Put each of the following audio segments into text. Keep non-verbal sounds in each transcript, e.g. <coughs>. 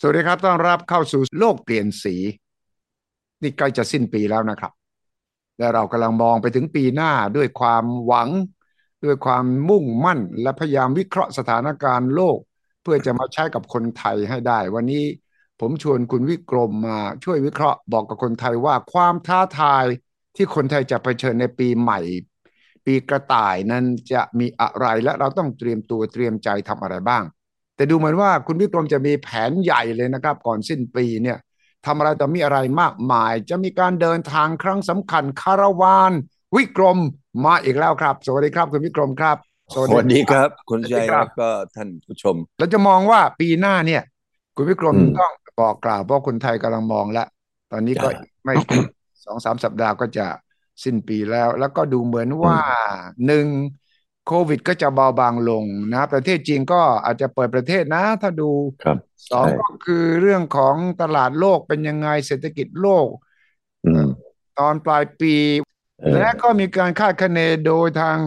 สวัสดีครับต้อนรับเข้าสู่โลกเปลี่ยนสีนี่ใกล้จะสิ้นปีแล้วนะครับ และเรากำลังมองไปถึงปีหน้าด้วยความหวัง ด้วยความมุ่งมั่นและพยายามวิเคราะห์สถานการณ์โลก เพื่อจะมาใช้กับคนไทยให้ได้ วันนี้ผมชวนคุณวิกรมมาช่วยวิเคราะห์บอกกับคนไทยว่าความท้าทายที่คนไทยจะเผชิญในปีใหม่ ปีกระต่ายนั้นจะมีอะไรและเราต้องเตรียมตัวเตรียมใจทำอะไรบ้าง แต่ดูเหมือนว่าคุณวิกรมจะมีแผนใหญ่เลยนะครับ ก่อนสิ้นปีเนี่ยทำอะไรต่อมีอะไรมากมาย จะมีการเดินทางครั้งสำคัญคาราวาน วิกรมมาอีกแล้วครับ สวัสดีครับ คุณวิกรมครับ สวัสดีครับ คุณชัยแล้วก็ท่านผู้ชม เราจะมองว่าปีหน้าเนี่ย คุณวิกรม อืม ต้องบอกกล่าวเพราะคนไทยกำลังมองแล้ว ตอนนี้ก็ จ้ะ ไม่ <coughs> สองสามสัปดาห์ก็จะสิ้นปีแล้ว แล้วก็ดูเหมือนว่าหนึ่งโควิดก็จะเบาบางลงนะ ประเทศจีนก็อาจจะเปิดประเทศนะ ถ้าดู ครับ สอง ใช่ ก็คือเรื่องของตลาดโลกเป็นยังไงเศรษฐกิจโลก อืม ตอนปลายปี เออ และก็มีการคาดคะเนโดยทาง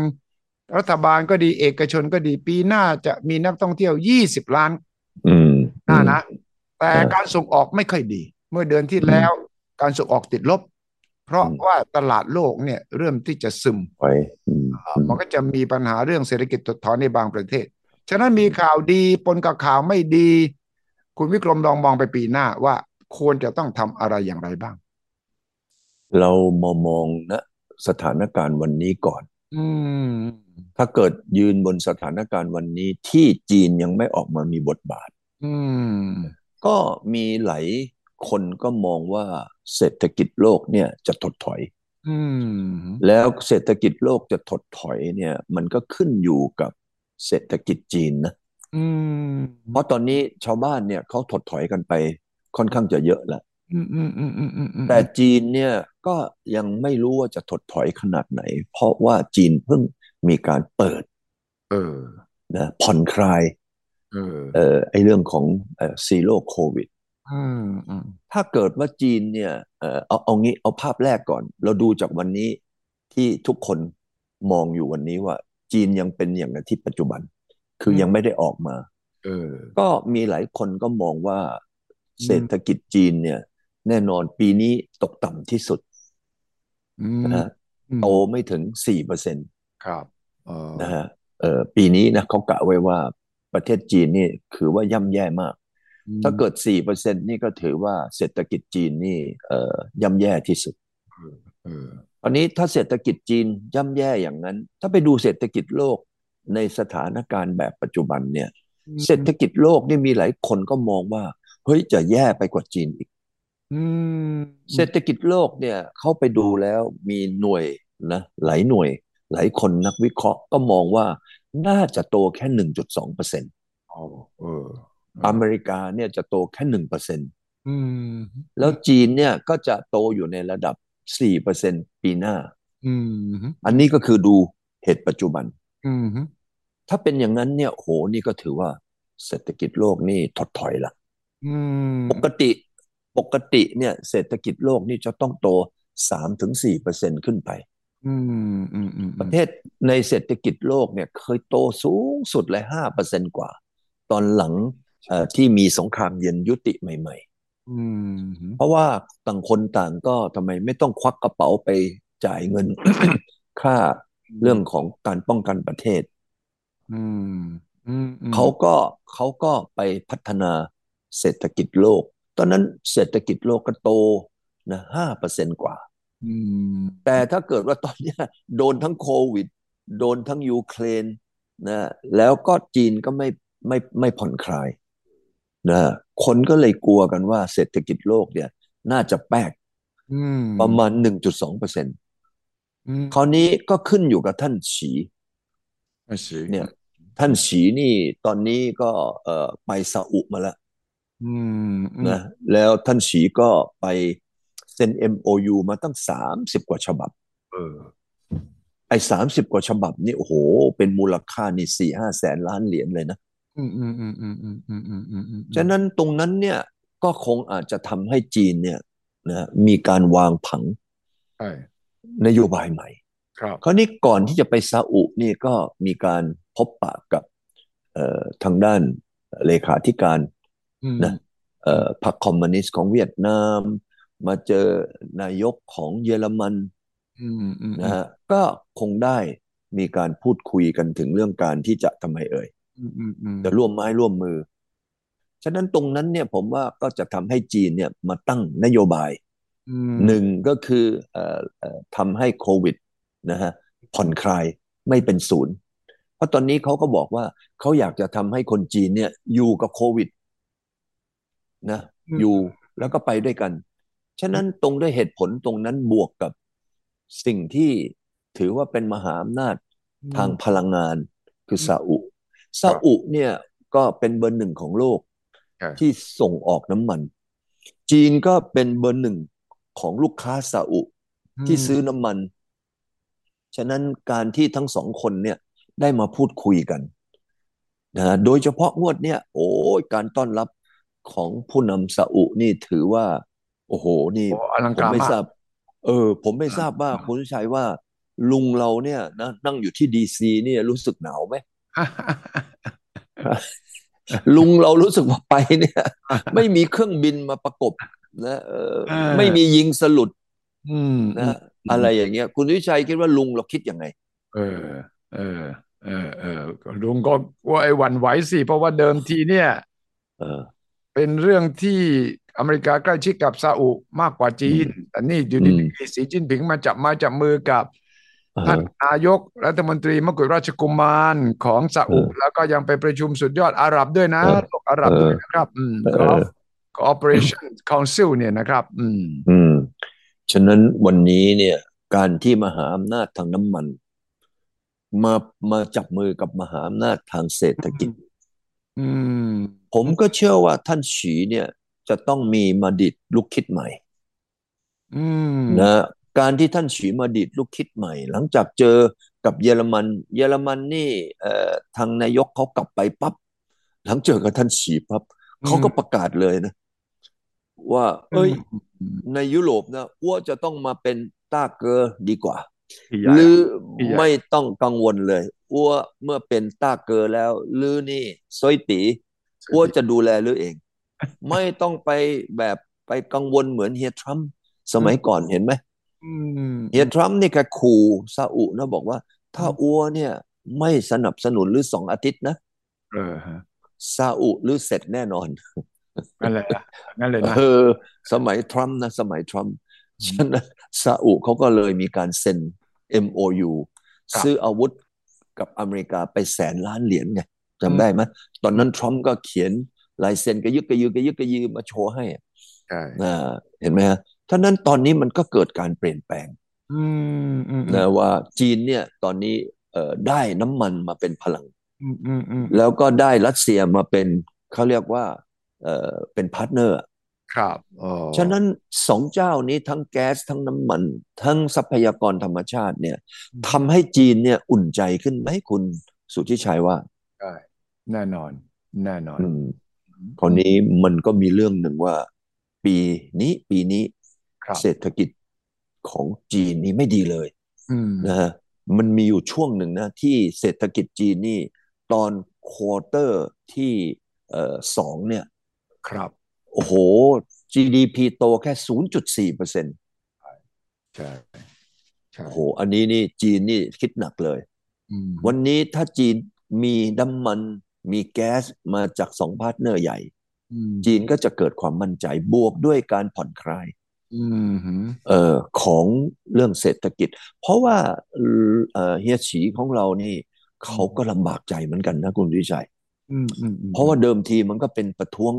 รัฐบาลก็ดีเอกชนก็ดีปีหน้าจะมีนักท่องเที่ยว 20 ล้าน อืม หน้านะ แต่ ใช่ การส่งออกไม่ค่อยดี เมื่อเดือนที่แล้วการส่งออกติดลบ เพราะ อืม ว่าตลาดโลกเนี่ยเริ่มที่จะซึม ไว้อืมอืม มันก็จะมีปัญหาเรื่องเศรษฐกิจถดถอนในบางประเทศ ฉะนั้นมีข่าวดีปนกับข่าวไม่ดี คุณวิกรมลองมองไปปีหน้าว่าควรจะต้องทำอะไรอย่างไรบ้าง เรามามองนะสถานการณ์วันนี้ก่อน อืม ถ้าเกิดยืนบนสถานการณ์วันนี้ที่จีนยังไม่ออกมามีบทบาท อืม ก็มีหลายคนก็มองว่าเศรษฐกิจโลกเนี่ยจะถดถอย อืม แล้วเศรษฐกิจโลกจะถดถอยเนี่ย มันก็ขึ้นอยู่กับเศรษฐกิจจีนนะ อืม เพราะตอนนี้ชาวบ้านเนี่ยเขาถดถอยกันไปค่อนข้างจะเยอะแล้ว อืมอืมอืมอืมอืมอืม แต่จีนเนี่ยก็ยังไม่รู้ว่าจะถดถอยขนาดไหน เพราะว่าจีนเพิ่งมีการเปิด เออ นะผ่อนคลาย เออ เอ่อไอ้เรื่องของซีโร่โควิด อืมอืม ถ้าเกิดว่าจีนเนี่ยเอ่อเอาเอางี้เอาภาพแรกก่อน เราดูจากวันนี้ที่ทุกคนมองอยู่วันนี้ว่า จีนยังเป็นอย่างที่ปัจจุบัน คือยังไม่ได้ออกมา เออ ก็มีหลายคนก็มองว่า อืม เศรษฐกิจจีนเนี่ย แน่นอนปีนี้ตกต่ำที่สุด อืมนะฮะ อืม โตไม่ถึงสี่เปอร์เซ็นต์ ครับเออ นะฮะเอ่อปีนี้นะเขากะไว้ว่าประเทศจีนนี่คือว่าย่ำแย่มาก อืม ถ้าเกิดสี่เปอร์เซ็นต์นี่ก็ถือว่าเศรษฐกิจจีนนี่เอ่อย่ำแย่ที่สุด เออ ตอนนี้ถ้าเศรษฐกิจจีนย่ำแย่อย่างนั้น ถ้าไปดูเศรษฐกิจโลกในสถานการณ์แบบปัจจุบันเนี่ย เศรษฐกิจโลกนี่มีหลายคนก็มองว่าเฮ้ยจะแย่ไปกว่าจีนอีก อืม เศรษฐกิจโลกเนี่ยเขาไปดูแล้วมีหน่วยนะหลายหน่วย หลายคนนักวิเคราะห์ก็มองว่าน่าจะโตแค่ 1.2เปอร์เซ็นต์ เอาเออ อเมริกาเนี่ยจะโตแค่1เปอร์เซ็นต์ อืม แล้วจีนเนี่ยก็จะโตอยู่ในระดับ4เปอร์เซ็นต์ปีหน้า อืม อันนี้ก็คือดูเหตุปัจจุบัน อืมอืม ถ้าเป็นอย่างนั้นเนี่ยโหนี่ก็ถือว่าเศรษฐกิจโลกนี่ถดถอยละ อืม ปกติปกติเนี่ยเศรษฐกิจโลกนี่จะต้องโตสามถึงสี่เปอร์เซ็นต์ขึ้นไป อืมอืมอืม ประเทศในเศรษฐกิจโลกเนี่ยเคยโตสูงสุดเลยห้าเปอร์เซ็นต์กว่า ตอนหลังเอ่อที่มีสงครามเย็นยุติใหม่ อืม ๆ เพราะว่าต่างคนต่างก็ทำไมไม่ต้องควักกระเป๋าไปจ่ายเงิน <coughs> ค่าเรื่องของการป้องกันประเทศ อืมอืมอืม เขาก็เขาก็ไปพัฒนาเศรษฐกิจโลก ตอนนั้นเศรษฐกิจโลกก็โตนะห้าเปอร์เซ็นต์กว่า อืม แต่ถ้าเกิดว่าตอนเนี้ยโดนทั้งโควิด โดนทั้งยูเครนนะแล้วก็จีนก็ไม่ไม่ไม่ผ่อนคลายนะคนก็เลยกลัวกันว่าเศรษฐกิจโลกเนี่ย น่าจะแป๊ก อืม ประมาณ 1.2เปอร์เซ็นต์ อืม คราวนี้ก็ขึ้นอยู่กับท่านฉี ไม่สิ เนี่ย ท่านฉีนี่ตอนนี้ก็เอ่อไปซาอุมาแล้ว อืมอืม นะแล้วท่านฉีก็ไปเซ็น MOU มาตั้งสามสิบกว่าฉบับ เออ ไอ้สามสิบกว่าฉบับนี่โอ้โห เป็นมูลค่านี่สี่ห้าแสนล้านเหรียญเลยนะ อืมอืมอืมอืมอืมอืมอืมอืมอืม ฉะนั้นตรงนั้นเนี่ยก็คงอาจจะทำให้จีนเนี่ยนะมีการวางผัง ใช่ นโยบายใหม่ ครับ คราวนี้ก่อนที่จะไปซาอุนี่ก็มีการพบปะกับเอ่อทางด้านเลขาธิการ อืม นะ เอ่อพรรคคอมมิวนิสต์ของเวียดนาม มาเจอนายกของเยอรมัน อืมอืม นะฮะก็คงได้มีการพูดคุยกันถึงเรื่องการที่จะทำไมเอ่ย อืมอืมอืม จะร่วมไม้ร่วมมือ ฉะนั้นตรงนั้นเนี่ยผมว่าก็จะทำให้จีนเนี่ยมาตั้งนโยบาย อืม หนึ่งก็คือเอ่อเอ่อทำให้โควิดนะฮะผ่อนคลายไม่เป็นศูนย์ เพราะตอนนี้เขาก็บอกว่าเขาอยากจะทำให้คนจีนเนี่ยอยู่กับโควิดนะอยู่แล้วก็ไปด้วยกัน ฉะนั้นตรงด้วยเหตุผลตรงนั้นบวกกับสิ่งที่ถือว่าเป็นมหาอำนาจ ทางพลังงานคือซาอุซาอุเนี่ยก็เป็นเบอร์หนึ่งของโลกที่ส่งออกน้ำมัน จีนก็เป็นเบอร์หนึ่งของลูกค้าซาอุที่ซื้อน้ำมัน ฉะนั้นการที่ทั้งสองคนเนี่ยได้มาพูดคุยกันนะโดยเฉพาะงวดเนี่ยโอ้ยการต้อนรับของผู้นำซาอุนี่ถือว่า โอ้โหนี่ โอ้อลัง ผม การ ไม่ มาก <laughs> ทราบ เออ ผมไม่ทราบว่า อ่า คุณวิชัยว่า ลุงเราเนี่ยนะนั่งอยู่ที่ดีซีเนี่ยรู้สึกหนาวไหม ลุงเรารู้สึกว่าไปเนี่ย <laughs> ไม่มีเครื่องบินมาประกบนะเออ อ่า ไม่มียิงสลุด อืมอืม นะอะไรอย่างเงี้ย คุณวิชัยคิดว่าลุงเราคิดยังไง เออ เออ เออเออลุงก็ว่าไอ้หวั่นไหวสิ เพราะว่าเดิมทีเนี่ย เออ เป็นเรื่องที่อเมริกาใกล้ชิดกับซาอุมากกว่าจีนแต่นี่อยู่ดีๆสีจิ้นผิงมาจับไมาจับมือกับ เอ ท่าน อ นายกรัฐมนตรีมกุฎราชกุมารของซาอุ เออ แล้วก็ยังไปประชุมสุดยอดอาหรับด้วยนะ เออ โลกอาหรับ เออ ด้วยนะครับอืม เออ Gulf Cooperation Council เนี่ยนะครับ อืม อืม ฉะนั้นวันนี้เนี่ย การที่มหาอำนาจทางน้ำมัน มามาจับมือกับมหาอำนาจทางเศรษฐกิจ อืม ผมก็เชื่อว่าท่านฉีเนี่ยจะต้องมีมาดิดลูกคิดใหม่ อืม นะการที่ท่านฉีมาดิดลูกคิดใหม่ หลังจากเจอกับเยอรมัน เยอรมันนี่เอ่อทางนายกเขากลับไปปั๊บหลังเจอกับท่านฉีปั๊บเขาก็ประกาศเลยนะ ว่า เอ้ย ในยุโรปนะอ้วจะต้องมาเป็นต้าเกอดีกว่า พี่ให ห ญ่ รือ พี่ใหญ่ ไม่ต้องกังวลเลยอ้วเมื่อเป็นต้าเกอแล้วลือนี่ซอยตีอ้วจะดูแลลือเอง ไม่ต้องไปแบบไปกังวลเหมือนเฮียทรัมป์สมัยก่อนเห็นไหม อืม เฮียทรัมป์นี่แกขู่ซาอุนะบอกว่า ถ้าอัวเนี่ยไม่สนับสนุนหรือสองอาทิตย์นะ เออฮะ ซาอุหรือเสร็จแน่นอน นั่นแหละนะนั่นเลยนะ เออ สมัยทรัมป์นะ สมัยทรัมป์ฉะนั้นซาอุเขาก็เลยมีการเซ็น MOU ซื้ออาวุธกับอเมริกาไปแสนล้านเหรียญไงจำได้ไหมตอนนั้นทรัมป์ก็เขียนลายเซ็นกระยึกกระยือกระยึกกระยือมาโชว์ให้อะ ใช่ อ่าเห็นไหมฮะท่านั้นตอนนี้มันก็เกิดการเปลี่ยนแปลง อืมอืม นะว่าจีนเนี่ยตอนนี้เอ่อได้น้ำมันมาเป็นพลัง อืมอืมอืม แล้วก็ได้รัสเซียมาเป็นเขาเรียกว่าเอ่อเป็นพาร์ทเนอร์ ครับอ๋อ ฉะนั้นสองเจ้านี้ทั้งแก๊สทั้งน้ำมัน ทั้งทรัพยากรธรรมชาติเนี่ยทำให้จีนเนี่ยอุ่นใจขึ้นไหมคุณสุทธิชัยว่า ใช่แน่นอน แน่นอน อืมคราวนี้มันก็มีเรื่องหนึ่งว่า ปีนี้ปีนี้ ครับ เศรษฐกิจของจีนนี่ไม่ดีเลย อืม นะฮะมันมีอยู่ช่วงหนึ่งนะที่เศรษฐกิจจีนนี่ตอนควอเตอร์ที่เอ่อสองเนี่ย ครับ โอ้โห GDP โตแค่ 0.4เปอร์เซ็นต์ ใช่ใช่ โอ้โห อันนี้นี่จีนนี่คิดหนักเลย อืม วันนี้ถ้าจีนมีน้ำมันมีแก๊สมาจากสองพาร์ทเนอร์ใหญ่ อืม จีนก็จะเกิดความมั่นใจบวกด้วยการผ่อนคลาย อืมหืม เอ่อของเรื่องเศรษฐกิจ เพราะว่าเอ่อเฮียฉีของเรานี่เขาก็ลำบากใจเหมือนกันนะคุณวิชัย อืมอืมอืม เพราะว่าเดิมทีมันก็เป็นประท้วง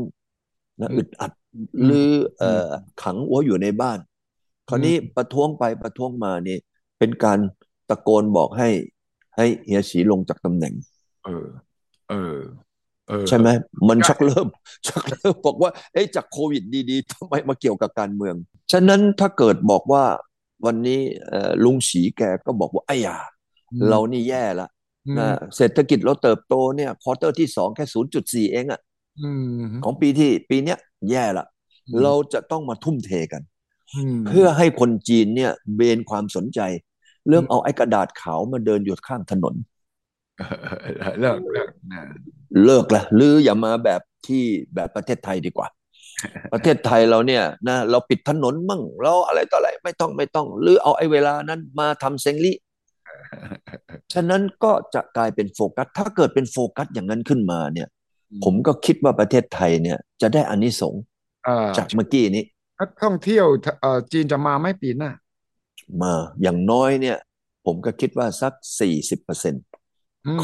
นะ อืม อึดอัด อืม หรือเอ่ออขังอัวอยู่ในบ้าน คราวนี้ อืม ประท้วงไปประท้วงมานี่เป็นการตะโกนบอกให้ให้เฮียฉีลงจากตำแหน่ง เออ เออ เออ ใช่ไหมมันชักเริ่ม <laughs> ชักเริ่มบอกว่าเอ๊ะจากโควิดดีๆทำไมมาเกี่ยวกับการเมือง ฉะนั้นถ้าเกิดบอกว่าวันนี้เอ่อลุงฉีแกก็บอกว่าไอ้ยาเรานี่แย่ละ อืม นะเศรษฐกิจเราเติบโตเนี่ยควอเตอร์ที่สองแค่ศูนย์จุดสี่เองอะ อืม ของปีที่ปีเนี้ยแย่ละเราจะต้องมาทุ่มเทกัน ม เพื่อให้คนจีนเนี่ยเบนความสนใจ เรื่องเอาไอ้กระดาษขาวมาเดินอยู่ข้างถนน เลิกเลิกนะ เลิกละหรืออย่ามาแบบที่แบบประเทศไทยดีกว่า ประเทศไทยเราเนี่ยนะเราปิดถนนมั่งเราอะไรต่ออะไรไม่ต้องไม่ต้อง หรือเอาไอ้เวลานั้นมาทำเซงลี่ ฉะนั้นก็จะกลายเป็นโฟกัส ถ้าเกิดเป็นโฟกัสอย่างนั้นขึ้นมาเนี่ย ผมก็คิดว่าประเทศไทยเนี่ย จะได้อานิสงส์ เอ่อ จากเมื่อกี้นี้ นักท่องเที่ยวเอ่อจีนจะมาไหมปีหน้า มาอย่างน้อยเนี่ย ผมก็คิดว่าสัก 40% ม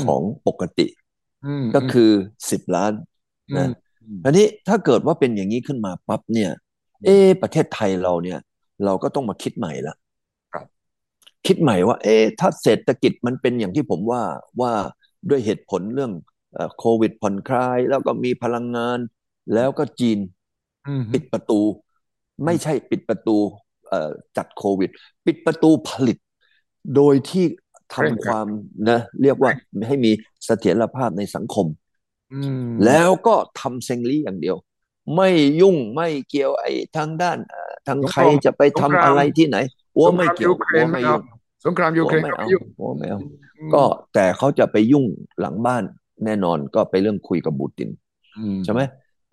ของปกติ ม ก็คือ 10 ล้าน นะ มอืม อันนี้ถ้าเกิดว่าเป็นอย่างนี้ขึ้นมาปั๊บเนี่ย อืม เอะประเทศไทยเราเนี่ย เราก็ต้องมาคิดใหม่ละ ครับ คิดใหม่ว่า เอะถ้าเศรษฐกิจมันเป็นอย่างที่ผมว่าว่าด้วยเหตุผลเรื่องเอ่อโควิดผ่อนคลาย แล้วก็มีพลังงาน แล้วก็จีน อืม ปิดประตู ไม่ใช่ปิดประตูเอ่อจัดโควิด ปิดประตูผลิต โดยที่ เร่งรัดทำความนะเรียกว่าให้มีเสถียรภาพในสังคม อืม แล้วก็ทำเซงลี่อย่างเดียว ไม่ยุ่งไม่เกี่ยวไอ้ทางด้านเอ่อทางใครจะไปทำอะไรที่ไหนอัวไม่เกี่ยว สงค อัว ราม ไม่ ยู ยุ่ง เครนไม่เอาสงครามยู อัว เครน ไม่ ก็ เอา ไม่ยุ่ง อัวไม่เอา อืม ก็แต่เขาจะไปยุ่งหลังบ้านแน่นอนก็ไปเรื่องคุยกับบูติน อื ใช่ไหม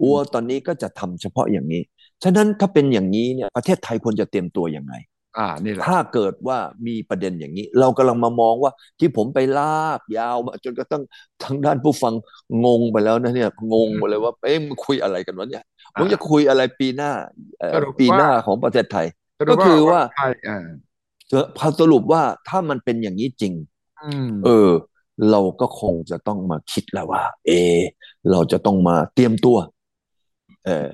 อัวตอนนี้ก็จะทำเฉพาะอย่างนี้ ฉะนั้นถ้าเป็นอย่างนี้เนี่ยประเทศไทยควรจะเตรียมตัวยังไง อ่านี่แหละ ถ้าเกิดว่ามีประเด็นอย่างนี้ เรากำลังมามองว่าที่ผมไปลากยาวมาจนกระทั่งทางด้านผู้ฟังงงไปแล้วนะเนี่ยงงหมดเลยว่าเอ๊ะมึงคุยอะไรกันวะเนี่ย อ่ามึ มึงจะคุยอะไรปีหน้าเอ่อ สรุปว่า ปีหน้าของประเทศไทย สรุป ก็คือว่า ไทยอ่า เจอพอสรุปว่าถ้ามันเป็นอย่างนี้จริง อืม เออ เราก็คงจะต้องมาคิดแล้วว่า เอะเราจะต้องมาเตรียมตัว เออ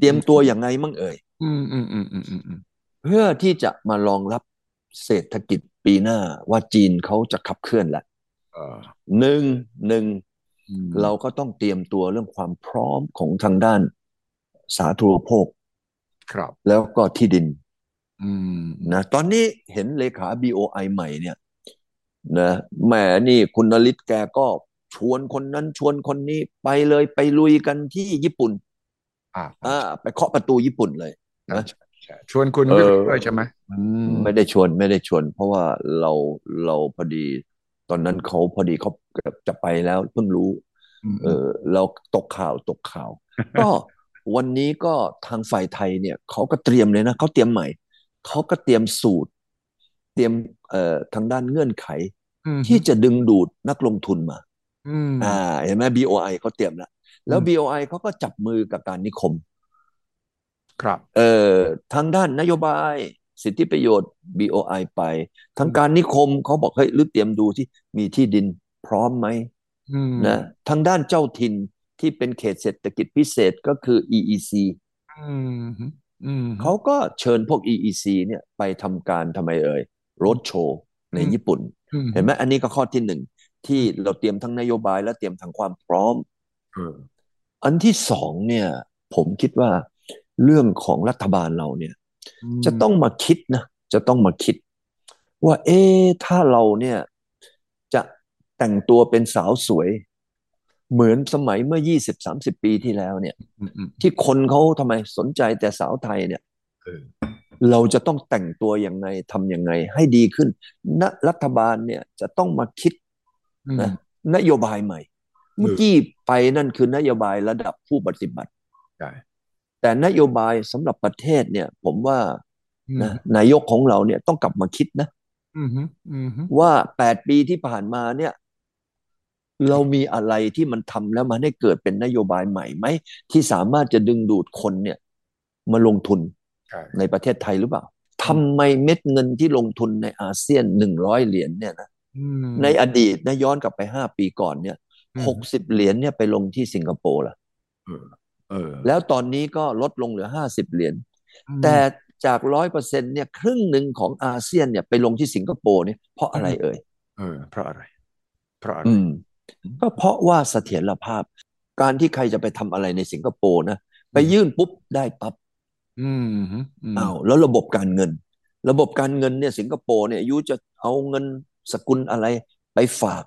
เตรียมตัวยังไงมั่งเอ่ย อืมอืมอืมอืมอืมอืม เพื่อที่จะมารองรับเศรษฐกิจปีหน้าว่าจีนเขาจะขับเคลื่อนแล้ว เออ หนึ่งหนึ่ง อืม เราก็ต้องเตรียมตัวเรื่องความพร้อมของทางด้านสาธารณูปโภค ครับ แล้วก็ที่ดิน อืม นะตอนนี้เห็นเลขา BOI ใหม่เนี่ยนะแหมนี่คุณนฤทธิ์แกก็ชวนคนนั้นชวนคนนี้ไปเลยไปลุยกันที่ญี่ปุ่น อ่า อ่าไปเคาะประตูญี่ปุ่นเลย นะ ใช่ชวนคุณวิโรจน์ด้วยใช่ไหมอืม ไม่ได้ชวนไม่ได้ชวน เพราะว่าเราเราพอดี ตอนนั้นเขาพอดีเขาเกือบจะไปแล้วเพิ่งรู้ เออเราตกข่าวตกข่าว <laughs> ก็วันนี้ก็ทางฝ่ายไทยเนี่ยเขาก็เตรียมเลยนะเขาเตรียมใหม่เขาก็เตรียมสูตร เตรียมเอ่อทางด้านเงื่อนไข ม ที่จะดึงดูดนักลงทุนมา อืม อ่าเห็นไหม BOI เขาเตรียมแล้วแล้ว อืม BOI เขาก็จับมือกับการนิคม ครับ เอ่อทางด้านนโยบายสิทธิประโยชน์ BOI ไป ทางการนิคมเขาบอกเฮ้ยหรือเตรียมดูที่มีที่ดินพร้อมไหม อืม นะทางด้านเจ้าถิ่นที่เป็นเขตเศรษฐกิจพิเศษก็คือ EEC อืมอืม เขาก็เชิญพวก EEC เนี่ยไปทำการทำไมเอ่ยโรดโชว์ใน อืม ญี่ปุ่น อืม เห็นไหมอันนี้ก็ข้อที่หนึ่งที่เราเตรียมทั้งนโยบายและเตรียมทั้งความพร้อม เออ อันที่สองเนี่ยผมคิดว่าเรื่องของรัฐบาลเราเนี่ย ม จะต้องมาคิดนะ จะต้องมาคิด ว่า เอ๊ะถ้าเราเนี่ย จะแต่งตัวเป็นสาวสวย เหมือนสมัยเมื่อยี่สิบสามสิบปีที่แล้วเนี่ย อืมอืม ที่คนเขาทำไมสนใจแต่สาวไทยเนี่ย เออ เราจะต้องแต่งตัวยังไงทำยังไง ให้ดีขึ้นณรัฐบาลเนี่ยจะต้องมาคิด อืม นะนโยบายใหม่ เมื่อกี้ไปนั่นคือนโยบายระดับผู้ปฏิบัติ ใช่ แต่นโยบายสำหรับประเทศเนี่ย ผมว่า อืม นะนายกของเราเนี่ยต้องกลับมาคิดนะ อืมอืม ว่าแปดปีที่ผ่านมาเนี่ย เรามีอะไรที่มันทำแล้วมันให้เกิดเป็นนโยบายใหม่ไหม ที่สามารถจะดึงดูดคนเนี่ย มาลงทุน ใช่ ในประเทศไทยหรือเปล่าทำไมเม็ดเงินที่ลงทุนในอาเซียนหนึ่งร้อยเหรียญเนี่ยนะ อืม ในอดีตนะย้อนกลับไปห้าปีก่อนเนี่ย อืม หกสิบเหรียญเนี่ยไปลงที่สิงคโปร์ละ เออ แล้วตอนนี้ก็ลดลงเหลือห้าสิบเหรียญ อืม แต่จากร้อยเปอร์เซ็นต์เนี่ยครึ่งหนึ่งของอาเซียนเนี่ยไปลงที่สิงคโปร์เนี่ยเพราะอะไรเอ่ย เออเพราะอะไร เพราะอะไร อืม ก็เพราะว่าเสถียรภาพ การที่ใครจะไปทำอะไรในสิงคโปร์นะ ไปยื่นปุ๊บได้ปั๊บ อืมอืมอืม อ้าวแล้วระบบการเงิน ระบบการเงินเนี่ยสิงคโปร์เนี่ยยูจะเอาเงินสกุลอะไรไปฝาก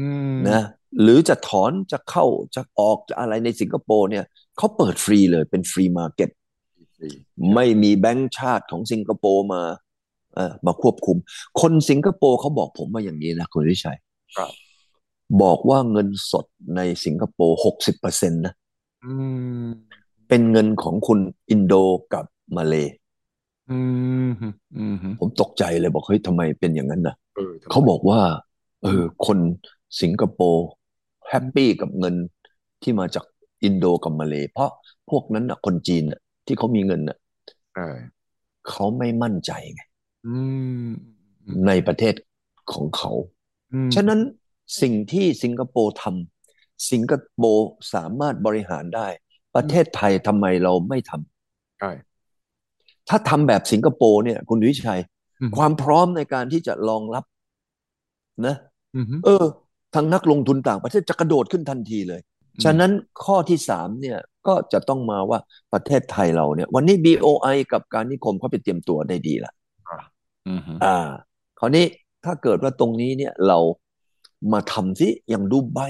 อืม นะหรือจะถอนจะเข้าจะออกจะอะไรในสิงคโปร์เนี่ยเขาเปิดฟรีเลยเป็นฟรีมาร์เก็ตไม่มีแบงก์ชาติของสิงคโปร์มาเอ่อมาควบคุม คนสิงคโปร์เขาบอกผมว่าอย่างนี้นะคุณวิชัย ครับ บอกว่าเงินสดในสิงคโปร์หกสิบเปอร์เซ็นต์นะ อืม เป็นเงินของคุณอินโดกับมาเลย์ อืมฮึอืมฮึ ผมตกใจเลยบอกเฮ้ยทำไมเป็นอย่างนั้นนะ เออทำไม เขาบอกว่า เออ คนสิงคโปร์แฮปปี้กับเงินที่มาจากอินโดกับมาเลย์เพราะพวกนั้นน่ะ คนจีนน่ะ ที่เขามีเงินน่ะ เออ เขาไม่มั่นใจไง อืม ในประเทศของเขา อืม ฉะนั้นสิ่งที่สิงคโปร์ทำสิงคโปร์สามารถบริหารได้ ประเทศไทยทำไมเราไม่ท ใช่ ำถ้าทำแบบสิงคโปร์เนี่ย คุณวิชัย อืม ความพร้อมในการที่จะรองรับ นะ อืมฮึ เออทางนักลงทุนต่างประเทศจะกระโดดขึ้นทันทีเลย ฉะนั้นข้อที่สามเนี่ยก็จะต้องมาว่าประเทศไทยเราเนี่ย วันนี้ BOI กับการนิคมเขาไปเตรียมตัวได้ดีละ อืมฮึ อ่า คราวนี้ถ้าเกิดว่าตรงนี้เนี่ยเรามาทำสิอย่างดูไบ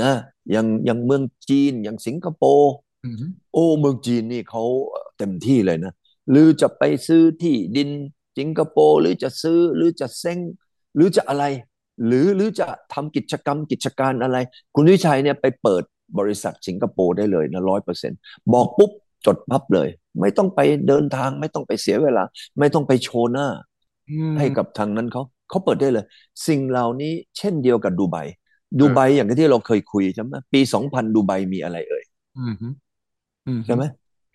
นะอย่างอย่างเมืองจีนอย่างสิงคโปร์ อืมฮึ โอ้เมืองจีนนี่เขาเอ่อเต็มที่เลยนะ หรือจะไปซื้อที่ดินสิงคโปร์หรือจะซื้อหรือจะเซ้งหรือจะอะไร หรือหรือจะทำกิจกรรมกิจการอะไร คุณวิชัยเนี่ยไปเปิดบริษัทสิงคโปร์ได้เลยนะร้อยเปอร์เซ็นต์บอกปุ๊บ จดพับเลย ไม่ต้องไปเดินทาง ไม่ต้องไปเสียเวลา ไม่ต้องไปโชว์หน้า อืม ให้กับทางนั้นเขาเขาเปิดได้เลย สิ่งเหล่านี้เช่นเดียวกับดูไบดูไบอย่างที่เราเคยคุยใช่ไหมปีสองพันดูไบมีอะไรเอ่ย อืมฮึอืมฮึ ใช่ไหม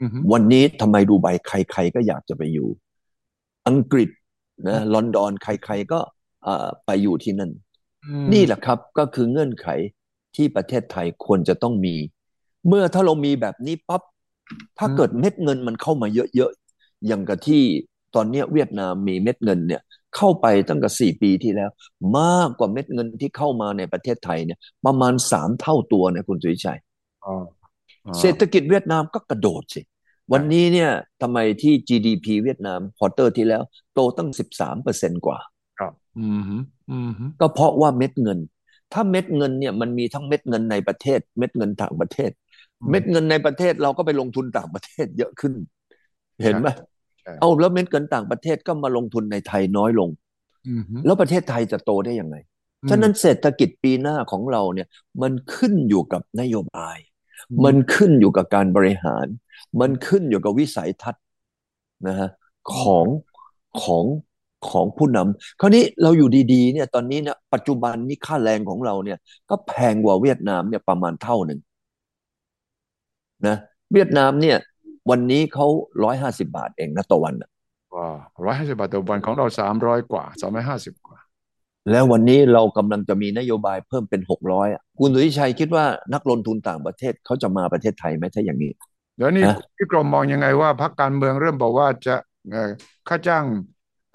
อืมฮึ วันนี้ทำไมดูไบใครๆก็อยากจะไปอยู่ อังกฤษนะลอนดอนใครๆก็เอ่อไปอยู่ที่นั่น อืม นี่แหละครับก็คือเงื่อนไขที่ประเทศไทยควรจะต้องมี เมื่อถ้าเรามีแบบนี้ปั๊บถ้าเกิดเม็ดเงินมันเข้ามาเยอะๆอย่างกับที่ตอนเนี้ยเวียดนามมีเม็ดเงินเนี่ย เข้าไปตั้งแต่สี่ปีที่แล้ว มากกว่าเม็ดเงินที่เข้ามาในประเทศไทยเนี่ย ประมาณสามเท่าตัวนะคุณสุวิชัย อ๋ออ๋อ เศรษฐกิจเวียดนามก็กระโดดสิ วันนี้เนี่ยทำไมที่ GDP เวียดนามควอเตอร์ที่แล้ว โตตั้ง 13%กว่า ครับอืมฮึอืมฮึ ก็เพราะว่าเม็ดเงิน ถ้าเม็ดเงินเนี่ยมันมีทั้งเม็ดเงินในประเทศ เม็ดเงินต่างประเทศ เม็ดเงินในประเทศเราก็ไปลงทุนต่างประเทศเยอะขึ้น เห็นไหม ใช่ เอาแล้วเม็ดเงินต่างประเทศก็มาลงทุนในไทยน้อยลง อืมฮึ แล้วประเทศไทยจะโตได้ยังไง อืม ฉะนั้นเศรษฐกิจปีหน้าของเราเนี่ยมันขึ้นอยู่กับนโยบาย มันขึ้นอยู่กับการบริหาร มันขึ้นอยู่กับวิสัยทัศน์นะฮะของของของผู้นำคราวนี้เราอยู่ดีๆเนี่ยตอนนี้เนี่ยปัจจุบันนี่ค่าแรงของเราเนี่ยก็แพงกว่าเวียดนามเนี่ยประมาณเท่าหนึ่งนะเวียดนามเนี่ยวันนี้เขาร้อยห้าสิบาทเองนะต่อวันน่ะ ว่าร้อยห้าสิบบาทต่อวันของเราสามร้อยกว่าสองร้อยห้าสิบกว่า แล้ววันนี้เรากำลังจะมีนโยบายเพิ่มเป็นหกร้อยคุณสุทธิชัยคิดว่านักลงทุนต่างประเทศเขาจะมาประเทศไทยไหมถ้าอย่างนี้ เดี๋ยวนี้ ฮะ พี่กรมมองยังไงว่าพรรคการเมืองเริ่มบอกว่าจะเอ่อค่าจ้าง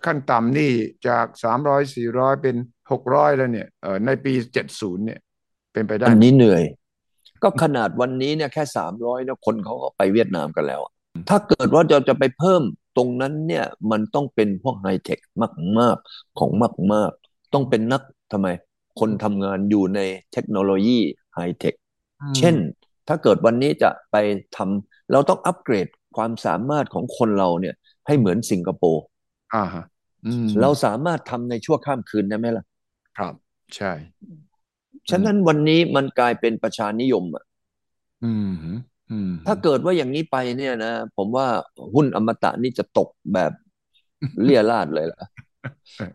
ขั้นต่ำนี่จากสามร้อยสี่ร้อยเป็นหกร้อยแล้วเนี่ยเอ่อในปีเจ็ดศูนย์เนี่ยเป็นไปได้ อัน ไหม นี้เหนื่อย ก็ขนาดวันนี้เนี่ยแค่สามร้อยเนี่ยคนเขาก็ไปเวียดนามกันแล้วอะถ้าเกิดว่าเราจะไปเพิ่มตรงนั้นเนี่ยมันต้องเป็นพวกไฮเทคมาก ๆ ของมาก ๆ ต้องเป็นนักทำไม คนทำงานอยู่ในเทคโนโลยีไฮเทค เช่น ถ้าเกิดวันนี้จะไปทำเราต้องอัปเกรดความสามารถของคนเราเนี่ยให้เหมือนสิงคโปร์ อ่าฮะอืม เราสามารถทำในชั่วข้ามคืนได้ไหมล่ะ ครับ ใช่ ฉะนั้นวันนี้มันกลายเป็นประชานิยมอะ อืมฮึอืม ถ้าเกิดว่าอย่างนี้ไปเนี่ยนะ ผมว่าหุ้นอมตะนี่จะตก <laughs> แบบเลี่ยราดเลยล่ะ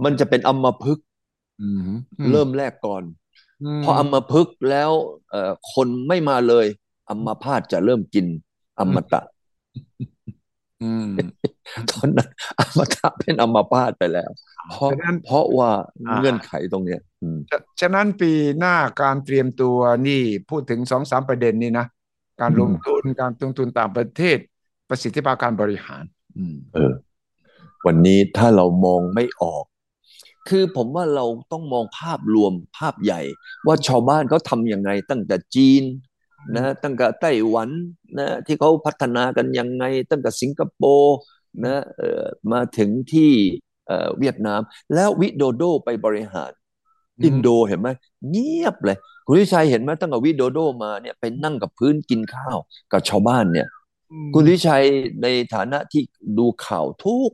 มันจะเป็นอัมพฤกษ์ อืมฮึ เริ่มแรกก่อน อืม พออัมพฤกษ์แล้วเอ่อคนไม่มาเลยอัมพาตจะเริ่มกินอมตะ อืม ตอน <laughs> นั้นอมตะเป็นอัมพาตไปแล้ว เพราะ ฉะนั้น เพราะว่า อ่า เงื่อนไขตรงเนี้ยอืม ฉะฉะนั้นปีหน้าการเตรียมตัวนี่พูดถึงสองสามประเด็นนี่นะ การลงทุนการลงทุนต่างประเทศ ประสิทธิภาพการบริหาร อืม เออวันนี้ถ้าเรามองไม่ออก คือผมว่าเราต้องมองภาพรวมภาพใหญ่ ว่าชาวบ้านเขาทำยังไง ตั้งแต่จีนนะตั้งแต่ไต้หวันนะที่เขาพัฒนากันยังไง ตั้งแต่สิงคโปร์นะเอ่อมาถึงที่เอ่อเวียดนาม แล้ววิโดโดไปบริหาร อืม อินโดเห็นไหมเงียบเลย คุณวิชัยเห็นไหมตั้งแต่วิโดโดมาเนี่ยไปนั่งกับพื้นกินข้าวกับชาวบ้านเนี่ย คุณวิชัยในฐานะที่ดูข่าวทุก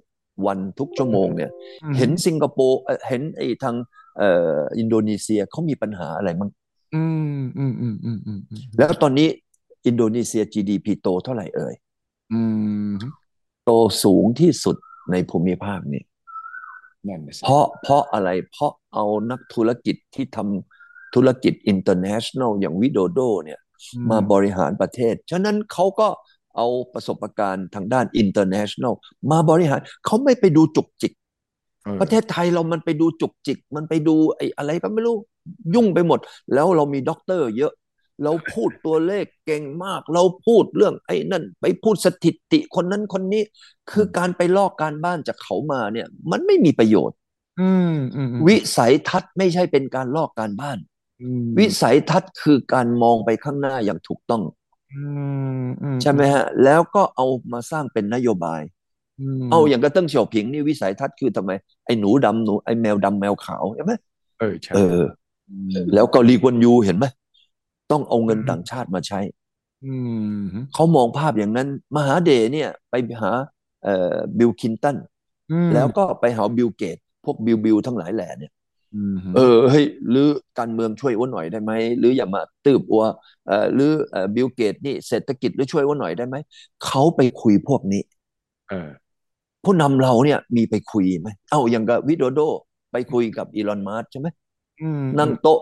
วันทุกชั่วโมงเนี่ยเห็นสิงคโปร์เอ่อเห็นไอ้ทางเอ่ออินโดนีเซียเขามีปัญหาอะไรมั้ง อืมอืมอืมอืมอืมอืม แล้วตอนนี้ อินโดนีเซีย GDP โตเท่าไหร่เอ่ย อืม โตสูงที่สุดในภูมิภาคนี้ นั่นน่ะสิ เพราะเพราะอะไรเพราะเอานักธุรกิจที่ทำธุรกิจ international อย่างวิโดโดเนี่ย มาบริหารประเทศ ฉะนั้นเขาก็เอาประสบการณ์ทางด้าน international มาบริหาร เขาไม่ไปดูจุกจิก ออ ประเทศไทยเรามันไปดูจุกจิก มันไปดูไอ้อะไรก็ไม่รู้ ยุ่งไปหมด แล้วเรามีด็อกเตอร์เยอะ <laughs> เราพูดตัวเลขเก่งมาก เราพูดเรื่องไอ้นั่น ไปพูดสถิติคนนั้นคนนี้ คือการไปลอกการบ้านจากเขามาเนี่ย มันไม่มีประโยชน์ อืมอืมอืม วิสัยทัศน์ไม่ใช่เป็นการลอกการบ้าน อืม วิสัยทัศน์คือการมองไปข้างหน้าอย่างถูกต้อง อืมอื ใช่ไหมฮะ แล้วก็เอามาสร้างเป็นนโยบาย ม เอาอย่างกระเติ้งเสี่ยวผิงนี่วิสัยทัศน์คือทำไม ไอ้หนูดำหนูไอ้แมวดำแมวขาวใช่ไหม เออใช่ เออ ม แล้วเกาหลีกวนยูเห็นไหมต้องเอาเงินต่างชาติมาใช้ อืม เขามองภาพอย่างนั้น มหาเดชเนี่ยไปหาเอ่อบิลคินตัน อืม แล้วก็ไปหาบิลเกต พวกบิลบิลทั้งหลายแหล่เนี่ย อืม เออเฮ้ยหรือการเมืองช่วยอ้วนหน่อยได้ไหมหรืออย่ามาตืบอัวเอ่อหรือเอ่อบิลเกตนี่เศรษฐกิจหรือช่วยอ้วนหน่อยได้ไหมเขาไปคุยพวกนี้ เออ ผู้นำเราเนี่ยมีไปคุยไหม เอ้าอย่างกับวิโดโด ไปคุยกับอีลอนมัสก์ใช่ไหม อืม นั่งโต๊ะ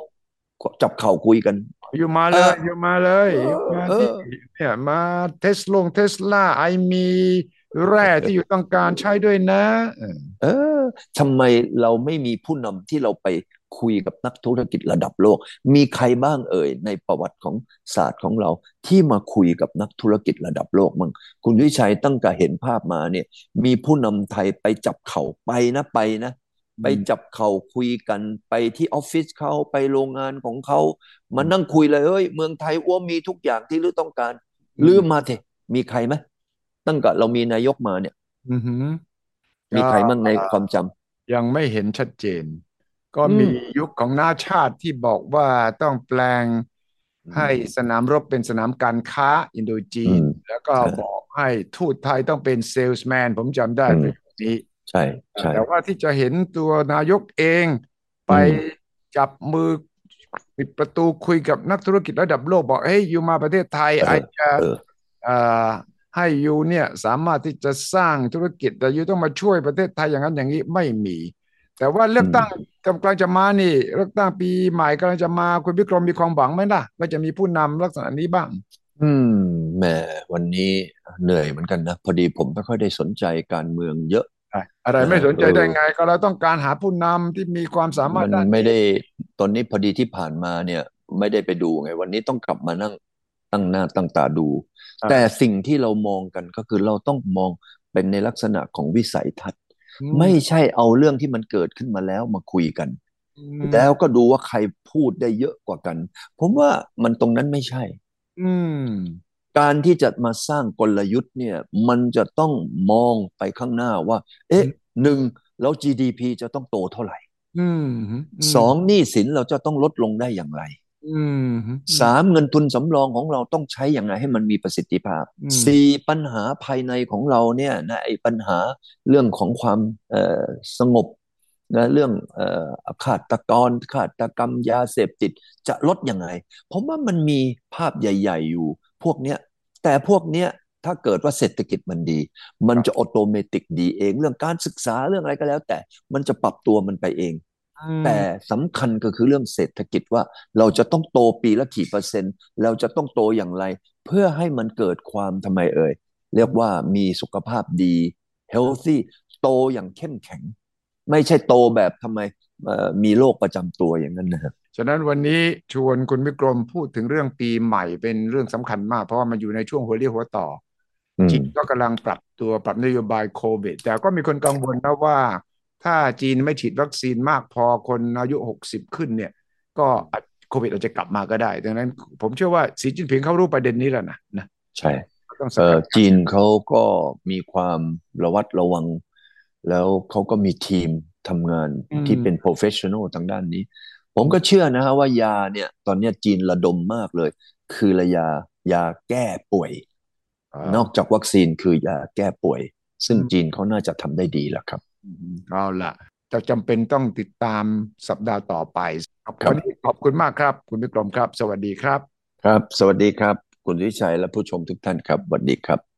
จับเข่าคุยกัน อยู่มาเลยอยู่มาเลยอยู่มา เออ ที่เนี่ยมาเทสลงเทสลาไอมีแร่ที่อยู่ต้องการใช้ด้วยนะเออ เออทำไมเราไม่มีผู้นำที่เราไปคุยกับนักธุรกิจระดับโลก มีใครบ้างเอ่ยในประวัติของศาสตร์ของเราที่มาคุยกับนักธุรกิจระดับโลกมั่งคุณวิชัยตั้งแต่เห็นภาพมาเนี่ย มีผู้นำไทยไปจับเข่าไปนะไปนะ ไปจับเข่าคุยกันไปที่ออฟฟิศเขาไปโรงงานของเขามานั่งคุยเลยเฮ้ยเมืองไทยอ้วมีทุกอย่างที่ลือต้องการลือมาเถอะมีใครไหมตั้งแต่เรามีนายกมาเนี่ย อือหือ มีใครบ้างในความจำ ยังไม่เห็นชัดเจน ก็ อืม มียุคของนาชาติที่บอกว่าต้องแปลงให้สนามรบเป็นสนามการค้าอินโดจี อื น ม แล้วก็ ใช่ บอกให้ทูตไทยต้องเป็นเซลส์แมนผมจำได้ อืม ประโยคนี้ ใช่ใช่ แต่ว่าที่จะเห็นตัวนายกเองไปจับมือปิดประตูคุยกับนักธุรกิจระดับโลกบอกเฮ้ยอยู่มาประเทศไทย เออ ไอจะ เออ เอ่อให้ยูเนี่ยสามารถที่จะสร้างธุรกิจแต่ยูต้องมาช่วยประเทศไทยอย่างนั้นอย่างนี้ไม่มี แต่ว่าเลือกตั้งกำลังจะมานี่เลือกตั้งปีใหม่กำลังจะมาคุณพิกรมมีความหวังไหมล่ะว่าจะมีผู้นำลักษณะนี้บ้าง อืมแหมวันนี้เหนื่อยเหมือนกันนะ พอดีผมไม่ค่อยได้สนใจการเมืองเยอะ อะไรไม่ เออ สนใจ เออ ได้ไงก็เราต้องการหาผู้นำที่มีความสามาร มั ถ น ด้าน ไม่ นี้ ได้ตอนนี้พอดีที่ผ่านมาเนี่ย ไม่ได้ไปดูไง วันนี้ต้องกลับมานั่งตั้งหน้าตั้งตาดู ะ แต่สิ่งที่เรามองกันก็คือเราต้องมองเป็นในลักษณะของวิสัยทัศน์ ไม่ใช่เอาเรื่องที่มันเกิดขึ้นมาแล้วมาคุยกัน อืม แล้วก็ดูว่าใครพูดได้เยอะกว่ากัน ผมว่ามันตรงนั้นไม่ใช่ อืม การที่จะมาสร้างกลยุทธ์เนี่ย มันจะต้องมองไปข้างหน้าว่า เอ๊ะ อืม หนึ่งแล้ว GDP จะต้องโตเท่าไหร่ อืมม สองหนี้สินเราจะต้องลดลงได้อย่างไร อืมอืม สามเงินทุนสำรองของเราต้องใช้อย่างไรให้มันมีประสิทธิภาพ อืม สี่ปัญหาภายในของเราเนี่ยนะไอ้ปัญหาเรื่องของความเอ่อสงบนะเรื่องเอ่อฆาตกรฆาตกรรมยาเสพติดจะลดยังไง ผมว่ามันมีภาพใหญ่ ๆ อยู่ พวกเนี้ย แต่พวกเนี้ยถ้าเกิดว่าเศรษฐกิจมันดี มันจะออโตเมติกดีเอง เรื่องการศึกษาเรื่องอะไรก็แล้ว แต่มันจะปรับตัวมันไปเอง อืม แต่สำคัญก็คือเรื่องเศรษฐกิจว่าเราจะต้องโตปีละกี่เปอร์เซ็นต์ เราจะต้องโตอย่างไร เพื่อให้มันเกิดความทำไมเอ่ยเรียกว่ามีสุขภาพดี healthy โตอย่างเข้มแข็ง ไม่ใช่โตแบบทำไมเอ่อมีโรคประจำตัวอย่างนั้นนะครับ ฉะนั้นวันนี้ชวนคุณวิกรมพูดถึงเรื่องปีใหม่เป็นเรื่องสำคัญมาก เพราะว่ามันอยู่ในช่วงหัวเรี่ยวหัวต่อ อื จี ม นก็กำลังปรับตัวปรับนโยบายโควิด แต่ก็มีคนกังวลนะว่า ถ้าจีนไม่ฉีดวัคซีนมากพอคนอายุหกสิบขึ้นเนี่ย ก็อาจโควิดอาจจะกลับมาก็ได้ ดังนั้นผมเชื่อว่าสีจิ้นผิงเขารู้ประเด็นนี้แล้วนะนะ ใช่ ต้องส เอ่ กั อ ด จีนเขาก็มีความระวัดระวัง แล้วเขาก็มีทีมทำงานที่เป็น professional ทางด้านนี้ ผมก็เชื่อนะฮะว่ายาเนี่ย ตอนเนี้ยจีนระดมมากเลย คือระยายาแก้ป่วย อ่ นา อกจากวัคซีนคือยาแก้ป่วย ซึ่ง อืม จีนเขาน่าจะทำได้ดีแล้วครับ อืมเอาล่ะจะจำเป็นต้องติดตามสัปดาห์ต่อไปครับ ครับ วันนี้ขอบคุณมากครับ คุณวิกรมครับ สวัสดีครับ ครับ สวัสดีครับ คุณวิชัยและผู้ชมทุกท่านครับสวัสดีครับ